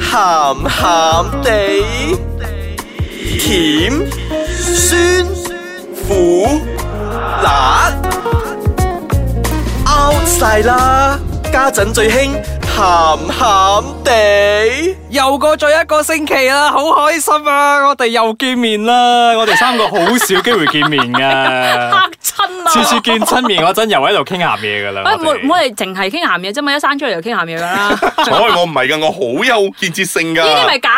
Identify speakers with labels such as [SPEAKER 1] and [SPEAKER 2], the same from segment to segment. [SPEAKER 1] 鹹鹹地，甜酸苦辣 out 晒啦！家陣最興鹹鹹地。
[SPEAKER 2] 又過咗一個星期啦，好開心啊！我哋又見面啦，我哋三個好少機會見面噶，
[SPEAKER 3] 嚇親啊！
[SPEAKER 2] 次次見親面嗰陣又喺度傾鹹嘢噶啦。
[SPEAKER 3] 喂，
[SPEAKER 2] 我
[SPEAKER 3] 我
[SPEAKER 2] 哋
[SPEAKER 3] 我哋淨係傾鹹嘢啫嘛，一生出嚟就傾鹹嘢噶啦，呢
[SPEAKER 4] 所以我唔係㗎，我好有建設性㗎。
[SPEAKER 3] 啲咪假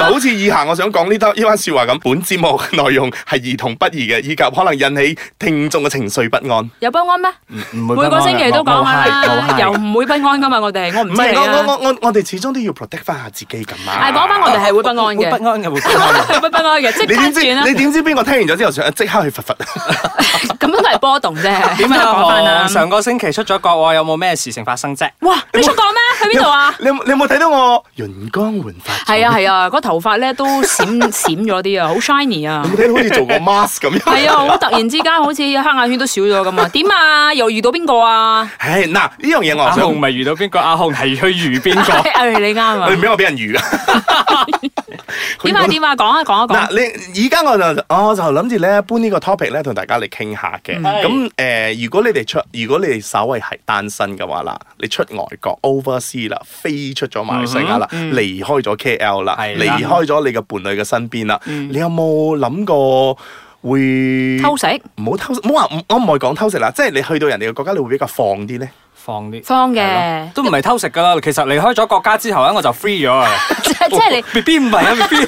[SPEAKER 4] 就
[SPEAKER 3] 咯。
[SPEAKER 4] 好似以下我想講呢單呢番説話咁，本節目嘅內容係兒童不宜嘅，以及可能引起聽眾嘅情緒不安。
[SPEAKER 3] 有不安咩？
[SPEAKER 2] 唔會
[SPEAKER 3] 每個星期都講噶
[SPEAKER 2] 冇
[SPEAKER 3] 啦，
[SPEAKER 2] 係冇
[SPEAKER 3] 又
[SPEAKER 2] 係
[SPEAKER 3] 唔會不安噶嘛，我哋我唔
[SPEAKER 4] 唔
[SPEAKER 3] 知啊
[SPEAKER 4] 係
[SPEAKER 3] 你
[SPEAKER 4] 我我
[SPEAKER 3] 啦。
[SPEAKER 4] 我我我哋始終都要 protect 翻下自己咁啊嘛。
[SPEAKER 3] 係講翻我哋係會不安
[SPEAKER 2] 會
[SPEAKER 3] 嘅，
[SPEAKER 2] 不安嘅，會不安嘅。
[SPEAKER 3] 會不安嘅，即
[SPEAKER 4] 你
[SPEAKER 3] 刻
[SPEAKER 4] 點
[SPEAKER 3] 轉啦啊
[SPEAKER 4] 知？你點知邊個聽完咗之後想即刻去罰罰？
[SPEAKER 3] 咁樣都係波動啫。
[SPEAKER 2] 點
[SPEAKER 3] 都係
[SPEAKER 2] 啊？
[SPEAKER 3] 講翻
[SPEAKER 2] 我
[SPEAKER 3] 啦。
[SPEAKER 2] 上個星期出咗國外，有冇咩事情發生啫？
[SPEAKER 3] 哇！你出國咩？去邊度啊？
[SPEAKER 4] 你有冇你有冇睇到我潤光煥發？
[SPEAKER 3] 係啊係啊，嗰頭髮咧都閃閃咗啲啊，好 shiny 啊
[SPEAKER 4] 你！有冇睇到好似做個 mask 咁樣？
[SPEAKER 3] 係啊，好突然之間好似黑眼圈都少咗咁啊！點啊？又遇到邊個啊？
[SPEAKER 4] 唉，嗱呢樣嘢我
[SPEAKER 2] 阿
[SPEAKER 4] 又
[SPEAKER 2] 紅
[SPEAKER 4] 想，
[SPEAKER 2] 咪遇到邊個？阿紅係去遇邊個？
[SPEAKER 3] 誒，你啱啊
[SPEAKER 4] 你！唔俾我俾人魚啊！
[SPEAKER 3] 點啊點啊，講啊講啊講啊
[SPEAKER 4] 嗱，。你而家我就我就諗住咧搬呢個 topic 咧同大家嚟傾下嘅。
[SPEAKER 3] 嗯
[SPEAKER 2] 係
[SPEAKER 4] 咁誒、呃如果你哋出，如果你哋稍為係單身嘅話啦，你出外國 oversea 啦，飛出咗馬來西亞啦，
[SPEAKER 3] 嗯
[SPEAKER 4] 離開咗 KL 啦，
[SPEAKER 2] 係
[SPEAKER 4] 離
[SPEAKER 2] 啦
[SPEAKER 4] 開咗你嘅伴侶嘅身邊啦，你有冇諗過會
[SPEAKER 3] 嗯偷食
[SPEAKER 4] 唔好偷食，唔好話唔我唔係講偷食啦，即係你去到人哋嘅國家，你會比較放啲咧。
[SPEAKER 2] 放啲
[SPEAKER 3] 方嘅
[SPEAKER 2] 係 咯都唔係偷食噶啦。其實離開咗國家之後咧，我就 free 咗啊。
[SPEAKER 3] 即即係你
[SPEAKER 2] B B 唔係啊，B B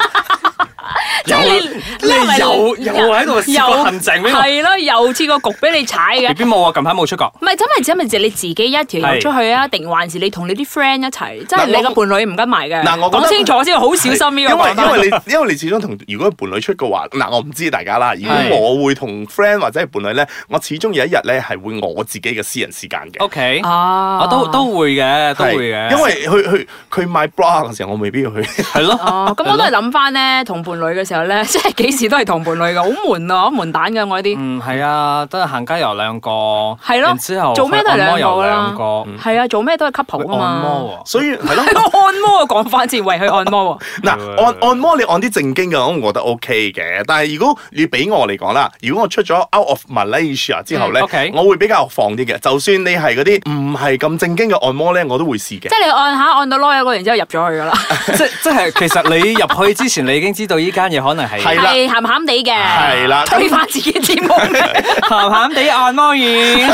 [SPEAKER 3] 即係你
[SPEAKER 2] 你
[SPEAKER 3] 係咪
[SPEAKER 2] 又
[SPEAKER 3] dạ,
[SPEAKER 2] 又喺度試個陷阱俾我
[SPEAKER 3] 係咯，又似個局俾你踩
[SPEAKER 2] B
[SPEAKER 3] 嘅。
[SPEAKER 2] B 冇啊，近排冇出國。
[SPEAKER 3] 唔係真係真係你自己一條友
[SPEAKER 2] 係
[SPEAKER 3] 出去啊？定還是你同你啲 friend 一齊？即係
[SPEAKER 4] 嗱
[SPEAKER 3] 你個
[SPEAKER 4] 我
[SPEAKER 3] 伴侶唔跟埋嘅。
[SPEAKER 4] 嗱我覺得
[SPEAKER 3] 講清楚先，好小心呢個
[SPEAKER 4] 因為
[SPEAKER 3] 講法
[SPEAKER 4] 因為你因為你始終同如果伴侶出嘅話，嗱我唔知大家啦。如
[SPEAKER 2] 係
[SPEAKER 4] 果我會同 friend 或者係伴侶咧，我始終有一日咧係會我自己嘅私人時間嘅。
[SPEAKER 2] O K，
[SPEAKER 3] 啊
[SPEAKER 2] 我都都會嘅，都
[SPEAKER 4] 係
[SPEAKER 2] 會嘅，
[SPEAKER 4] 因為佢佢佢買 bra 嘅時候，我未必要去。
[SPEAKER 2] 係咯，
[SPEAKER 3] 哦，咁我都係諗翻咧，同伴侶嘅時候 咧，即係幾時都係同伴侶嘅，好悶啊，好悶蛋嘅我呢啲。
[SPEAKER 2] 嗯係啊，都係行街遊兩個，係
[SPEAKER 3] 係咯
[SPEAKER 2] 然之後
[SPEAKER 3] 做咩都係兩個啦
[SPEAKER 2] 去按摩遊兩個，嗯
[SPEAKER 3] 係啊，做咩都係 couple
[SPEAKER 2] 去
[SPEAKER 3] 啊
[SPEAKER 2] 按
[SPEAKER 3] 嘛。
[SPEAKER 2] 摩
[SPEAKER 4] 所以係
[SPEAKER 3] 係個
[SPEAKER 4] 咯，
[SPEAKER 3] 按摩啊，講翻前為去按摩喎。
[SPEAKER 4] 嗱按按摩你按啲正經嘅，我覺得 OK 嘅。但係如果你俾我嚟講啦，如果我出咗 out of Malaysia 之後咧
[SPEAKER 2] 嗯，OK，
[SPEAKER 4] 我會比較放啲嘅。就算你係嗰啲唔係咁正經嘅按摩咧，我都會試
[SPEAKER 3] 即。
[SPEAKER 4] 嘅
[SPEAKER 3] 係你按下按到攞有個，然之後入咗去噶啦，
[SPEAKER 2] 喎，即即係其實你入去之前，你已經知道依間嘢可能係
[SPEAKER 4] 係啦
[SPEAKER 3] 係鹹鹹地嘅，
[SPEAKER 4] 係啦
[SPEAKER 3] 推翻自己 節目。
[SPEAKER 2] 鹹鹹地按摩院，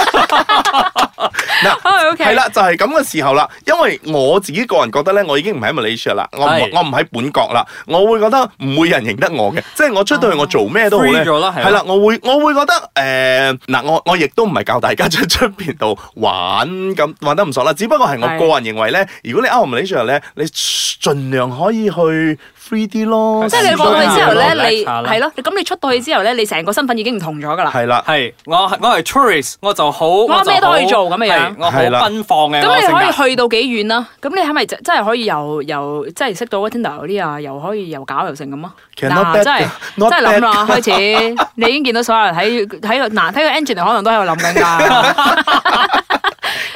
[SPEAKER 4] 嗱。
[SPEAKER 3] O K，
[SPEAKER 4] 係啦，就係咁嘅時候啦，因為我自己個人覺得咧，我已經唔喺 Malaysia 啦，我唔
[SPEAKER 2] 係
[SPEAKER 4] 我唔喺本國啦，我會覺得唔會人認得我嘅，即係我出到去我做咩都好
[SPEAKER 2] Free
[SPEAKER 4] 咧，
[SPEAKER 2] 咗啦係啦
[SPEAKER 4] 係啦，我會我會覺得誒嗱、我我亦都唔係教大家出出邊度玩咁玩得唔錯啦，只不過係我
[SPEAKER 3] 係
[SPEAKER 4] 個人認為咧，如果你 out of Malaysia 咧，你盡量可以去 free 啲咯，
[SPEAKER 3] 即係你
[SPEAKER 2] 試過
[SPEAKER 3] 過去之後
[SPEAKER 2] 啦
[SPEAKER 3] 咧，你
[SPEAKER 2] relax 下啦
[SPEAKER 3] 係咯，咁你出到去之後咧，你成個身份已經唔同咗噶啦。
[SPEAKER 4] 係啦，
[SPEAKER 2] 係我我係 tourist，我就好，我就
[SPEAKER 3] 咩都可以
[SPEAKER 2] 好
[SPEAKER 3] 做咁嘅樣
[SPEAKER 2] 係我好
[SPEAKER 4] 係啦
[SPEAKER 2] 奔放嘅，
[SPEAKER 3] 咁你
[SPEAKER 2] 我性格
[SPEAKER 3] 可以去到幾遠啦？咁你係咪真真係可以又又即係識到個 Tinder 嗰啲啊？又可以又搞又成咁啊？
[SPEAKER 4] 其實 not
[SPEAKER 3] 嗱，
[SPEAKER 4] bad
[SPEAKER 3] 真係 真
[SPEAKER 4] not
[SPEAKER 3] 係
[SPEAKER 4] bad
[SPEAKER 3] 諗啦，開始你已經見到所有人喺喺度嗱，睇個 engine 可能都喺度諗緊 㗎。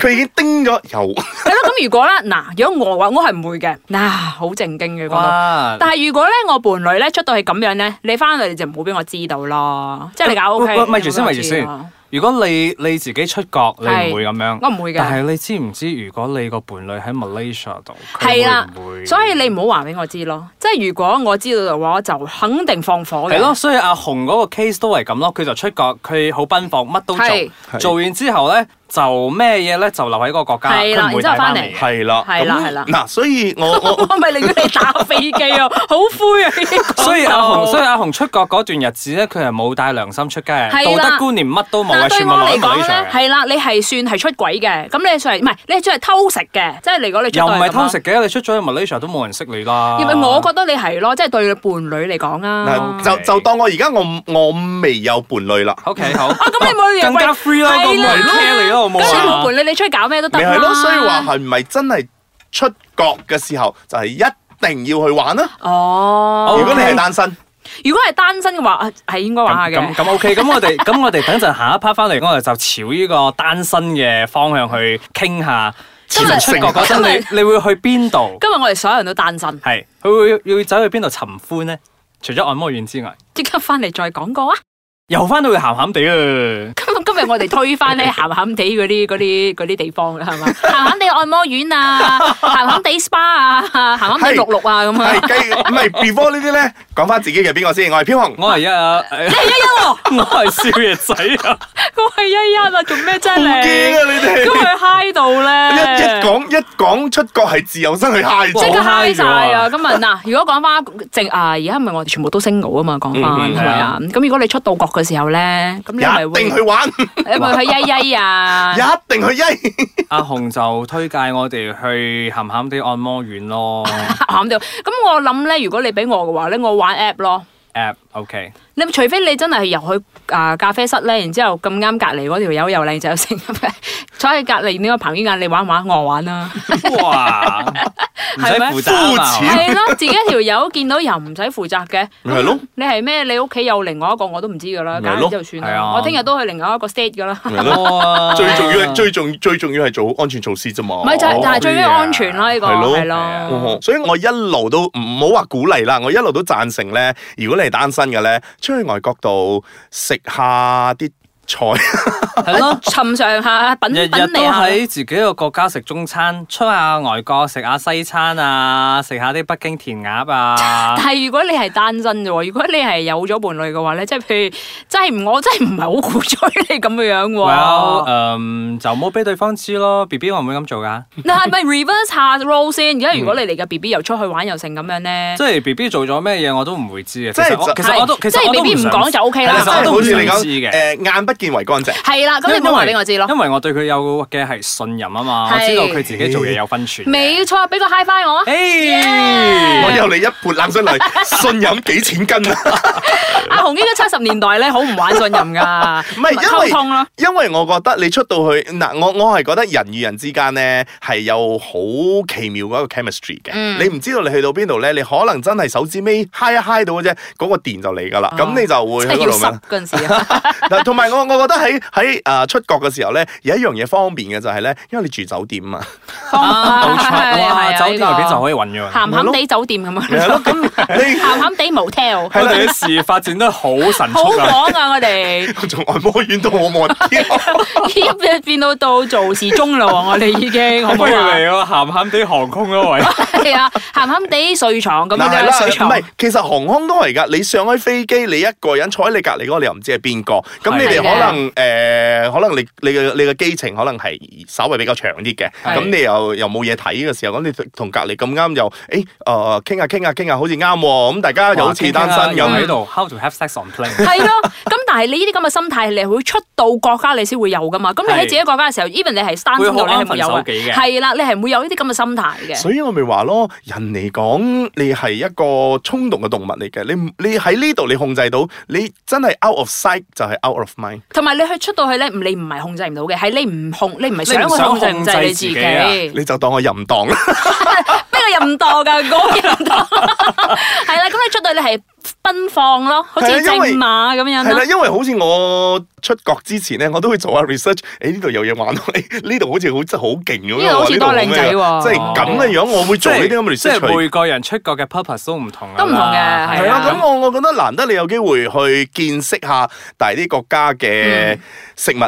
[SPEAKER 4] 佢已經叮咗 油，
[SPEAKER 3] 係咯，咁如果啦，嗱，如果我話我係唔會嘅，嗱，好正經嘅講到。
[SPEAKER 2] 哇，
[SPEAKER 3] 但係如果咧，我伴侶咧出到去咁樣咧，你翻嚟就唔好俾我知道咯，即係你搞 O
[SPEAKER 2] 喂
[SPEAKER 3] K。
[SPEAKER 2] 喂咪住先，咪住先。如果你你自己出國，你
[SPEAKER 3] 係
[SPEAKER 2] 唔會咁樣。
[SPEAKER 3] 我唔會嘅
[SPEAKER 2] 但係你知唔知，如果你個伴侶喺 Malaysia 度，佢
[SPEAKER 3] 係啦
[SPEAKER 2] 會唔會，
[SPEAKER 3] 所以你唔好話俾我知咯。即係如果我知道嘅話，我就肯定放火嘅。
[SPEAKER 2] 係咯，所以阿紅嗰個 case 都係咁咯，佢就出國，佢好奔放，乜都
[SPEAKER 3] 係
[SPEAKER 2] 做，做完之後咧就咩嘢咧就留喺嗰個國家，
[SPEAKER 3] 係啦
[SPEAKER 2] 佢唔會帶
[SPEAKER 3] 然之後
[SPEAKER 2] 翻
[SPEAKER 3] 返
[SPEAKER 2] 嚟嘅。
[SPEAKER 3] 嚟
[SPEAKER 4] 係啦，
[SPEAKER 3] 係啦
[SPEAKER 4] 咁
[SPEAKER 3] 係啦
[SPEAKER 4] 嗱，所以我我我
[SPEAKER 3] 我咪寧願你打飛機 啊，好灰啊！呢個
[SPEAKER 2] 所以阿
[SPEAKER 3] 講
[SPEAKER 2] 紅，
[SPEAKER 3] 到
[SPEAKER 2] 所以阿紅出國嗰段日子咧，佢係冇帶良心出街，道
[SPEAKER 3] 係啦
[SPEAKER 2] 德觀念乜都冇啊，
[SPEAKER 3] 但對
[SPEAKER 2] 全
[SPEAKER 3] 我
[SPEAKER 2] 部攞
[SPEAKER 3] 嚟
[SPEAKER 2] 喺
[SPEAKER 3] 講
[SPEAKER 2] Malaysia 嘅。
[SPEAKER 3] 咧，係啦，你係算係出軌嘅，咁你算係唔係？你係算係偷食嘅，即係嚟講你出
[SPEAKER 2] 又
[SPEAKER 3] 到
[SPEAKER 2] 唔
[SPEAKER 3] 去
[SPEAKER 2] 係
[SPEAKER 3] 咁樣
[SPEAKER 2] 偷食。嘅，你出咗去 Malaysia 都冇人識你啦。
[SPEAKER 3] 因為我覺得你係咯，即係對你伴侶嚟講啊
[SPEAKER 4] 嗱，。就就當我而家我我未有伴侶啦。
[SPEAKER 2] OK 好，
[SPEAKER 3] 啊咁你冇
[SPEAKER 2] 哦更加 free 啦，
[SPEAKER 3] 係
[SPEAKER 2] 個冇人 care 你啦，好冇
[SPEAKER 3] 咁你冇
[SPEAKER 2] 啊？
[SPEAKER 3] 伴侶，你出去搞咩都得
[SPEAKER 4] 咪
[SPEAKER 3] 啦。
[SPEAKER 4] 係咯，所以話係唔係真係出國嘅時候就係一定要去玩啦？
[SPEAKER 3] 哦。
[SPEAKER 4] 如果你係 單身，
[SPEAKER 3] 如果係單身嘅話，啊係應該玩下
[SPEAKER 2] 咁咁
[SPEAKER 3] 嘅。
[SPEAKER 2] 咁 OK，咁我 哋咁我哋等陣下一 part 翻嚟，我哋就朝呢個單身嘅方向去傾下，潛
[SPEAKER 3] 今日
[SPEAKER 2] 出國嗰
[SPEAKER 3] 今
[SPEAKER 2] 陣
[SPEAKER 3] 日，
[SPEAKER 2] 你你會去邊度？
[SPEAKER 3] 今日我哋所有人都單身，
[SPEAKER 2] 係佢會要走去邊度尋歡咧？除咗按摩院之外，
[SPEAKER 3] 即刻翻嚟再講過啊！
[SPEAKER 2] 又翻到去鹹鹹地啊！
[SPEAKER 3] 今今日我哋推翻 咧鹹鹹地嗰啲嗰啲嗰啲地方啦，係嘛？鹹鹹地按摩院啊，鹹鹹地 SPA 啊，鹹鹹地六六啊咁啊
[SPEAKER 4] 係，雞唔係 before 呢啲咧，講翻自己嘅邊個先？我係飄 紅，
[SPEAKER 2] 我係一啊，
[SPEAKER 3] 一一喎，
[SPEAKER 2] 我係少爺仔啊！
[SPEAKER 3] 我係一一啊，做咩啫
[SPEAKER 4] 好驚
[SPEAKER 3] 你？
[SPEAKER 4] 啊！你哋
[SPEAKER 3] 咁佢嗨到
[SPEAKER 4] 一一
[SPEAKER 3] 咧，
[SPEAKER 4] 講一講出國係自由身去 high
[SPEAKER 3] 即
[SPEAKER 4] 咗
[SPEAKER 2] 哇，
[SPEAKER 3] 刻嗨晒啊！今日嗱，如果講翻正啊，而家咪我哋全部都 single 啊嘛，講翻
[SPEAKER 4] 嗯嗯
[SPEAKER 3] 係咪啊？咁如果你出到國嘅時候咧，咁你咪
[SPEAKER 4] 一
[SPEAKER 3] 會
[SPEAKER 4] 定去玩，
[SPEAKER 3] 你咪去曳曳啊？
[SPEAKER 4] 一定去曳。
[SPEAKER 2] 阿紅就推介我哋去鹹鹹地按摩院咯
[SPEAKER 3] 喊到。咁我諗咧，如果你俾我嘅話咧，我玩 app 咯。
[SPEAKER 2] ，app OK，
[SPEAKER 3] 你除非你真係入去啊咖啡室咧，然之後咁啱隔離嗰條友又靚仔又成， 坐喺隔離呢個彭于晏，你玩唔玩？我玩啦，
[SPEAKER 2] 哇，唔使
[SPEAKER 3] 係咪
[SPEAKER 2] 負擔啊！
[SPEAKER 4] 膚淺
[SPEAKER 3] 係咯，自己一條友見到又唔使負責嘅。
[SPEAKER 4] 咪係咯，
[SPEAKER 3] 你係咩？你屋企有另外一個我都唔知㗎啦，
[SPEAKER 4] 咪係
[SPEAKER 3] 揀完
[SPEAKER 4] 咯
[SPEAKER 3] 之後算
[SPEAKER 2] 係
[SPEAKER 3] 啦。
[SPEAKER 2] 啊
[SPEAKER 3] 我聽日都去另外一個 state 㗎啦。
[SPEAKER 4] 咪咯。
[SPEAKER 2] 哇
[SPEAKER 4] 最重要係最重最重要係做好安全措施啫嘛。
[SPEAKER 3] 唔係就係但係最緊要
[SPEAKER 2] 好
[SPEAKER 3] 安全啦，呢個
[SPEAKER 4] 係咯
[SPEAKER 3] 係
[SPEAKER 2] 係
[SPEAKER 3] 咯
[SPEAKER 4] 哦。所以我一路都唔好話鼓勵啦，我一路都贊成咧。如果你係單身嘅咧，出去外國度食下啲菜，
[SPEAKER 2] 係咯。
[SPEAKER 3] 尋常下品
[SPEAKER 2] 日
[SPEAKER 3] 品
[SPEAKER 2] 日都
[SPEAKER 3] 嚟下。
[SPEAKER 2] 喺自己個國家食中餐，出下外國食下西餐啊，食下啲北京填鴨啊
[SPEAKER 3] 但， 係如果你係單身啫喎，如果你係有咗伴侶嘅話咧，即係譬如，真係唔我真係唔係好鼓吹你咁嘅樣
[SPEAKER 2] well，
[SPEAKER 3] 喎。
[SPEAKER 2] 嗯，就唔好俾對方知咯。B B 我唔會咁做噶，
[SPEAKER 3] 你係咪 reverse 下 role 先？而家如果你嚟嘅 B B 又出去玩又成咁樣咧
[SPEAKER 2] 即，係 B B 做咗咩嘢我都唔會知嘅。
[SPEAKER 4] 即
[SPEAKER 2] 其
[SPEAKER 4] 係
[SPEAKER 2] 實我
[SPEAKER 4] 就
[SPEAKER 2] 其實我都其
[SPEAKER 3] 即
[SPEAKER 2] 實
[SPEAKER 3] 係
[SPEAKER 2] 我都
[SPEAKER 3] B B 唔講就 O
[SPEAKER 2] 係
[SPEAKER 3] K
[SPEAKER 4] 真
[SPEAKER 2] 其實
[SPEAKER 3] 啦
[SPEAKER 2] 我。
[SPEAKER 4] 係
[SPEAKER 2] 都唔
[SPEAKER 4] 好似你
[SPEAKER 2] 想
[SPEAKER 4] 講
[SPEAKER 2] 知嘅
[SPEAKER 4] 誒眼不見為乾淨。
[SPEAKER 3] 係啦，咁你冇話俾我知咯
[SPEAKER 2] 因。為我對佢有嘅係信任啊嘛，
[SPEAKER 3] 係
[SPEAKER 2] 我知道佢自己做嘢有分 寸。
[SPEAKER 3] 冇錯，俾個 high five 我啊！
[SPEAKER 2] 誒
[SPEAKER 4] 我 由你一潑冷水嚟，信任幾千斤啊！
[SPEAKER 3] 阿紅應該七十年代咧，好唔玩信任㗎，
[SPEAKER 4] 唔係因為
[SPEAKER 3] 溝通咯。
[SPEAKER 4] 因為我覺得你出到去嗱，我我係覺得人與人之間咧係有好奇妙嗰一個 chemistry 嘅。
[SPEAKER 3] 嗯
[SPEAKER 4] 你唔知道你去到邊度咧，你可能真係手指尾嗨一嗨到嘅啫，嗰、個電就嚟㗎啦。咁、你就會
[SPEAKER 3] 即係
[SPEAKER 4] 喺嗰
[SPEAKER 3] 要
[SPEAKER 4] 度
[SPEAKER 3] 濕
[SPEAKER 4] 咩？
[SPEAKER 3] 嗰陣時啊，
[SPEAKER 4] 嗱同埋我我覺得喺喺誒出國嘅時候咧，有一樣嘢方便嘅就係咧，因為你住酒店 啊。
[SPEAKER 2] 冇錯，
[SPEAKER 3] 啊
[SPEAKER 2] 哇！酒店入邊就
[SPEAKER 3] 可
[SPEAKER 2] 可以運用。
[SPEAKER 3] 鹹鹹地酒店咁
[SPEAKER 4] 咪係
[SPEAKER 3] 樣，
[SPEAKER 4] 咯，咁你
[SPEAKER 3] 鹹鹹地 motel。
[SPEAKER 2] 我哋嘅事業發展得好神
[SPEAKER 3] 好
[SPEAKER 2] 速啊！
[SPEAKER 3] 講啊！我哋
[SPEAKER 4] 從按摩院到按摩店，
[SPEAKER 3] 已經變到到做時鐘啦喎！我哋已經好 唔
[SPEAKER 2] 不
[SPEAKER 3] 好
[SPEAKER 2] 如
[SPEAKER 3] 啊？
[SPEAKER 2] 嚟個鹹鹹地航空咯， 喂！
[SPEAKER 3] 係啊，鹹鹹地睡床 咁
[SPEAKER 4] 嗱係
[SPEAKER 3] 樣
[SPEAKER 4] 啦，
[SPEAKER 3] 睡
[SPEAKER 4] 唔
[SPEAKER 3] 床，
[SPEAKER 4] 係，其實航空都係㗎。你上開飛機，你一個人坐喺你隔離嗰個，你又唔知係邊個。咁你哋
[SPEAKER 3] 係嘅
[SPEAKER 4] 可能誒、呃可能你你嘅你嘅機程可能係稍微比較長啲嘅。
[SPEAKER 3] 係
[SPEAKER 4] 咁你又又冇嘢睇嘅時候，咁你同隔離咁啱又誒誒傾下傾下傾下，好似啱喎。咁大家又好似單身
[SPEAKER 2] 啊又喺
[SPEAKER 4] 咁。
[SPEAKER 2] 度 How to have sex on plane？
[SPEAKER 3] 係咯。咁但係你呢啲咁嘅心態，你會出到國家你先會有噶嘛？咁你喺
[SPEAKER 2] 係
[SPEAKER 3] 自己國家嘅時候，even 你係單身
[SPEAKER 2] 會好
[SPEAKER 3] 度，你係
[SPEAKER 2] 啱
[SPEAKER 3] 冇
[SPEAKER 2] 分
[SPEAKER 3] 有
[SPEAKER 2] 手
[SPEAKER 3] 啊
[SPEAKER 2] 幾嘅
[SPEAKER 3] 係啦，你係唔會有呢啲咁嘅心態嘅。
[SPEAKER 4] 所以我咪話咯，人嚟講，你係一個衝動嘅動物嚟嘅。你唔你喺呢度你控制到，你真係 out of sight 就係 out of mind。
[SPEAKER 3] 同埋你去出到去咧，唔你唔係控制唔到嘅，係你唔控，你唔係想
[SPEAKER 2] 你唔
[SPEAKER 3] 去
[SPEAKER 2] 想
[SPEAKER 3] 控制唔
[SPEAKER 2] 控
[SPEAKER 3] 制
[SPEAKER 2] 制
[SPEAKER 3] 你
[SPEAKER 2] 自
[SPEAKER 3] 自
[SPEAKER 2] 己
[SPEAKER 3] 己。
[SPEAKER 2] 啊
[SPEAKER 4] 你就當我淫 蕩啦。
[SPEAKER 3] 邊個淫蕩㗎？我淫蕩。係啦，咁你出到去你係奔放咯，好似
[SPEAKER 4] 係啊
[SPEAKER 3] 正
[SPEAKER 4] 因為
[SPEAKER 3] 馬咁樣
[SPEAKER 4] 係
[SPEAKER 3] 咯。
[SPEAKER 4] 啦，因為好似我出國之前咧，我都會做下 research。誒呢度有嘢玩喎， 誒呢度好似好真係好勁咁
[SPEAKER 3] 呢度
[SPEAKER 4] 樣
[SPEAKER 3] 好
[SPEAKER 4] 喎，
[SPEAKER 3] 似
[SPEAKER 4] 呢度
[SPEAKER 3] 多
[SPEAKER 4] 咩
[SPEAKER 3] 靚仔喎
[SPEAKER 4] 即係咁嘅樣，我會
[SPEAKER 2] 即
[SPEAKER 4] 做呢啲咁嘅
[SPEAKER 2] 係即
[SPEAKER 4] research
[SPEAKER 2] 係
[SPEAKER 4] 去。
[SPEAKER 2] 每個人出國嘅 purpose 都唔同㗎啦
[SPEAKER 3] 都唔同嘅
[SPEAKER 4] 係
[SPEAKER 3] 係
[SPEAKER 4] 啦，
[SPEAKER 3] 啊
[SPEAKER 4] 咁我我覺得難得你有機會去見識下大啲國家
[SPEAKER 3] 嗯
[SPEAKER 4] 嘅食物，。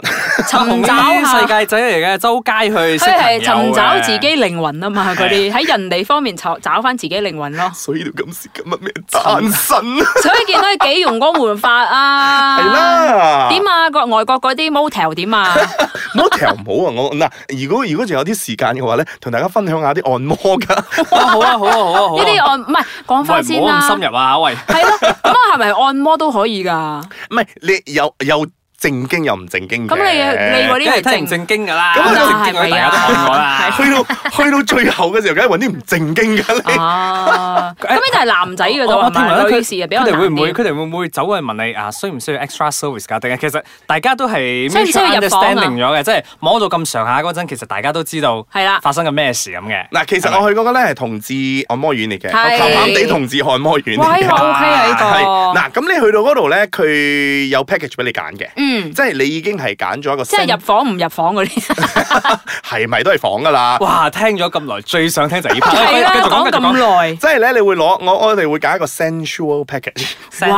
[SPEAKER 2] 同
[SPEAKER 3] 尋找
[SPEAKER 2] 啲
[SPEAKER 3] 下
[SPEAKER 2] 世。界仔嚟嘅，周街去啊識
[SPEAKER 3] 佢係
[SPEAKER 2] 朋友
[SPEAKER 3] 尋
[SPEAKER 2] 嘅
[SPEAKER 3] 找自己靈魂啊嘛，嗰啲喺人哋方面尋找翻自己靈魂 咯
[SPEAKER 4] 所以到今時今日咩
[SPEAKER 3] 哦
[SPEAKER 4] 單身啊
[SPEAKER 3] 所以見到佢幾容光煥發啊！
[SPEAKER 4] 係。啦。
[SPEAKER 3] 點啊？國外國嗰啲 motel 點啊？
[SPEAKER 4] 唔好調唔好啊！我嗱，如果如果仲有啲時間嘅話咧，同大家分享下啲按 摩㗎。
[SPEAKER 2] 哇好啊好啊好啊好啊！
[SPEAKER 3] 呢啲按唔係講翻
[SPEAKER 2] 喂
[SPEAKER 3] 先
[SPEAKER 2] 唔好
[SPEAKER 3] 啦。
[SPEAKER 2] 咁深入啊喂！
[SPEAKER 3] 係咯，咁啊係咪按摩都可以㗎？
[SPEAKER 4] 唔係你有有正經有唔正經嘅啊
[SPEAKER 3] 咁你你嗰
[SPEAKER 2] 因
[SPEAKER 3] 啲
[SPEAKER 2] 為
[SPEAKER 3] 係
[SPEAKER 2] 聽唔正
[SPEAKER 3] 正
[SPEAKER 2] 經㗎啦，
[SPEAKER 4] 咁
[SPEAKER 2] 正
[SPEAKER 4] 就
[SPEAKER 3] 係啊
[SPEAKER 2] 經嗰啲大家都看過啦。
[SPEAKER 4] 去到去到最後嘅時候，梗係揾啲唔正經嘅
[SPEAKER 3] 哦
[SPEAKER 4] 你。
[SPEAKER 3] 啊？咁呢度係男仔嘅
[SPEAKER 2] 我
[SPEAKER 3] 啫，
[SPEAKER 2] 我
[SPEAKER 3] 唔
[SPEAKER 2] 哦聽聞
[SPEAKER 3] 係
[SPEAKER 2] 咧
[SPEAKER 3] 女
[SPEAKER 2] 佢
[SPEAKER 3] 士啊，比較
[SPEAKER 2] 佢哋
[SPEAKER 3] 難
[SPEAKER 2] 會唔會
[SPEAKER 3] 啲。
[SPEAKER 2] 佢哋會唔會走去問你啊？需唔需要 extra service 㗎？定係其實大家都係
[SPEAKER 3] 需唔需要入
[SPEAKER 2] mutual
[SPEAKER 3] 房啊
[SPEAKER 2] understanding 咗嘅，即係摸到咁上下嗰陣，其實大家都知道
[SPEAKER 3] 係啦
[SPEAKER 2] 發生緊咩事咁嘅。
[SPEAKER 4] 嗱，其實我去嗰個咧係同志按摩院嚟嘅，
[SPEAKER 3] 係
[SPEAKER 4] 咸咸地同志按摩院嚟
[SPEAKER 3] 哇，
[SPEAKER 4] 嘅
[SPEAKER 3] 呢個。OK 啊呢
[SPEAKER 4] 係
[SPEAKER 3] 個。
[SPEAKER 4] 嗱，咁你去到嗰度咧，佢有 package 俾你揀嘅，
[SPEAKER 3] 嗯，
[SPEAKER 4] 即係你已經係揀咗一個
[SPEAKER 3] 即
[SPEAKER 4] 新，
[SPEAKER 3] 係入房唔入房嗰啲，
[SPEAKER 4] 係咪都係房㗎啦？
[SPEAKER 2] 哇，聽咗咁耐，最想聽就係呢 part。
[SPEAKER 3] 係啦，
[SPEAKER 2] 繼續
[SPEAKER 3] 講
[SPEAKER 2] 繼續
[SPEAKER 3] 咁耐，
[SPEAKER 4] 即係咧，你會攞我我哋會揀一個 sensual package。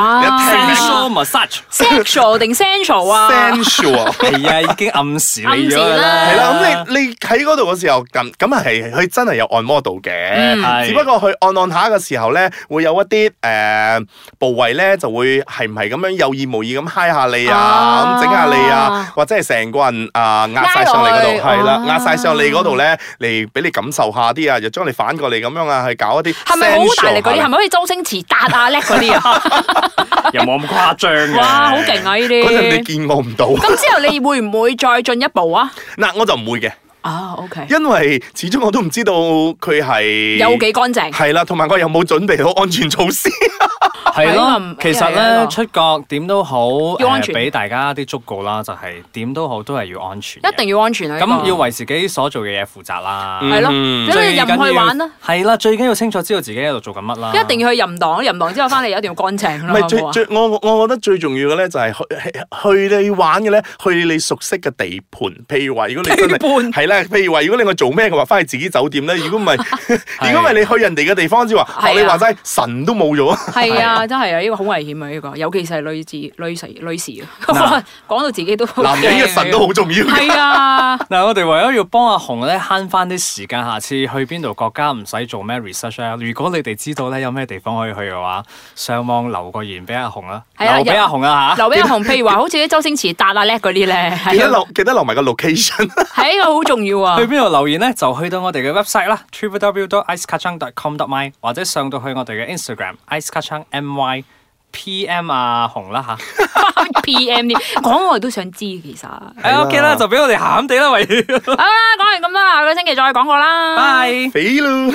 [SPEAKER 3] 哇
[SPEAKER 2] ，sensual massage。
[SPEAKER 3] ，sexual 定 sensual 啊？
[SPEAKER 4] sensual
[SPEAKER 2] 係啊，已經暗示你咗㗎啦。
[SPEAKER 3] 暗
[SPEAKER 4] 係
[SPEAKER 3] 示
[SPEAKER 4] 啦，咁你你喺嗰度嘅時候，咁咁係佢真係有按摩到
[SPEAKER 3] 嗯
[SPEAKER 4] 嘅，
[SPEAKER 2] 係
[SPEAKER 4] 只不過佢按按下嘅時候咧，會有一啲誒、呃部位咧就會係唔係咁樣有意無意咁嗨下你啊，
[SPEAKER 3] 啊
[SPEAKER 4] 咁整下你啊，或者係成個人啊壓晒上你
[SPEAKER 3] 拉
[SPEAKER 4] 嗰度，
[SPEAKER 3] 落去
[SPEAKER 4] 係啦
[SPEAKER 3] 啊，
[SPEAKER 4] 壓晒上你嗰度咧，嚟俾你感受下啲啊，又將你反過嚟咁樣啊，去搞一啲
[SPEAKER 3] 係咪好大力嗰啲？係咪
[SPEAKER 4] 咪？
[SPEAKER 3] 好似周星馳搭啊叻嗰啲 啊？
[SPEAKER 2] 又冇咁誇張嘅。
[SPEAKER 3] 哇，好勁！啊！呢
[SPEAKER 4] 嗰陣你
[SPEAKER 3] 啲。
[SPEAKER 4] 見我唔到，
[SPEAKER 3] 咁之後你會唔會再進一步啊？
[SPEAKER 4] 嗱我就唔會嘅，
[SPEAKER 3] 啊，OK，
[SPEAKER 4] 因為始終我都唔知道佢係
[SPEAKER 3] 有幾乾淨？
[SPEAKER 4] 係啦，同埋我有冇準備好安全措 施？
[SPEAKER 2] 係
[SPEAKER 3] 係
[SPEAKER 2] 咯
[SPEAKER 3] 啊，
[SPEAKER 2] 其實
[SPEAKER 3] 係啊
[SPEAKER 2] 咧出國點都好，
[SPEAKER 3] 要
[SPEAKER 2] 誒
[SPEAKER 3] 安全
[SPEAKER 2] 俾大家啲忠告啦，就係點都好都係要安全嘅。
[SPEAKER 3] 一定要安全啊！呢個
[SPEAKER 2] 咁要為自己所做嘅嘢負責啦。
[SPEAKER 3] 係咯，
[SPEAKER 4] 嗯
[SPEAKER 3] 咁你入唔去玩啦。啊
[SPEAKER 2] 係啦，最緊要清楚知道自己喺度做緊乜啦。
[SPEAKER 3] 一定要去淫蕩，淫蕩之後翻嚟一定要乾淨
[SPEAKER 4] 唔
[SPEAKER 3] 啦。好唔
[SPEAKER 4] 係
[SPEAKER 3] 好啊
[SPEAKER 4] 最最我我我覺得最重要嘅咧就係去去去你玩嘅咧，去你熟悉嘅地盤。譬如話，如果你真
[SPEAKER 3] 地盤
[SPEAKER 4] 係係啦，譬如話，如果你我做咩嘅話，翻去自己酒店咧。如果 唔係，如果唔係你去人哋嘅地方之話，
[SPEAKER 3] 係啊
[SPEAKER 4] 學你話齋神都冇咗。
[SPEAKER 3] 係啊，真係啊，呢個好危險啊！呢個尤其是係女子、女士、女士啊，
[SPEAKER 2] 嗱
[SPEAKER 3] 講到自己都好
[SPEAKER 4] 男 人嘅神都好重要
[SPEAKER 3] 驚啊。
[SPEAKER 4] 嘅。
[SPEAKER 3] 係啊，
[SPEAKER 2] 嗱，我哋為咗要幫阿紅咧慳翻啲時間，下次去邊度國家唔使做咩 research 啊。如果你哋知道咧有咩地方可以去嘅話，上網留個言俾阿紅啦，
[SPEAKER 3] 係啊
[SPEAKER 2] 留俾阿紅啊嚇。
[SPEAKER 3] 留俾阿紅，譬如話好似啲周星馳搭啊叻嗰啲咧，
[SPEAKER 4] 記得
[SPEAKER 3] 係啊
[SPEAKER 4] 留記得留埋個 location。
[SPEAKER 3] 係一個好重要啊
[SPEAKER 2] 去。邊度留言咧？就去到我哋嘅 website 啦 t r i p l w w i c e k a c h a n g c o m m y 或者上到去我哋嘅 Instagram i c e k a c h a n g m y PM 啊紅啦吓。
[SPEAKER 3] P.M. 啲講我哋都想知其實。好
[SPEAKER 2] 係啊 OK 啦，就俾我哋鹹鹹地啦，喂，
[SPEAKER 3] 啦，講完咁多啦，下個星期再講過啦。
[SPEAKER 2] 拜。
[SPEAKER 4] 肥咯。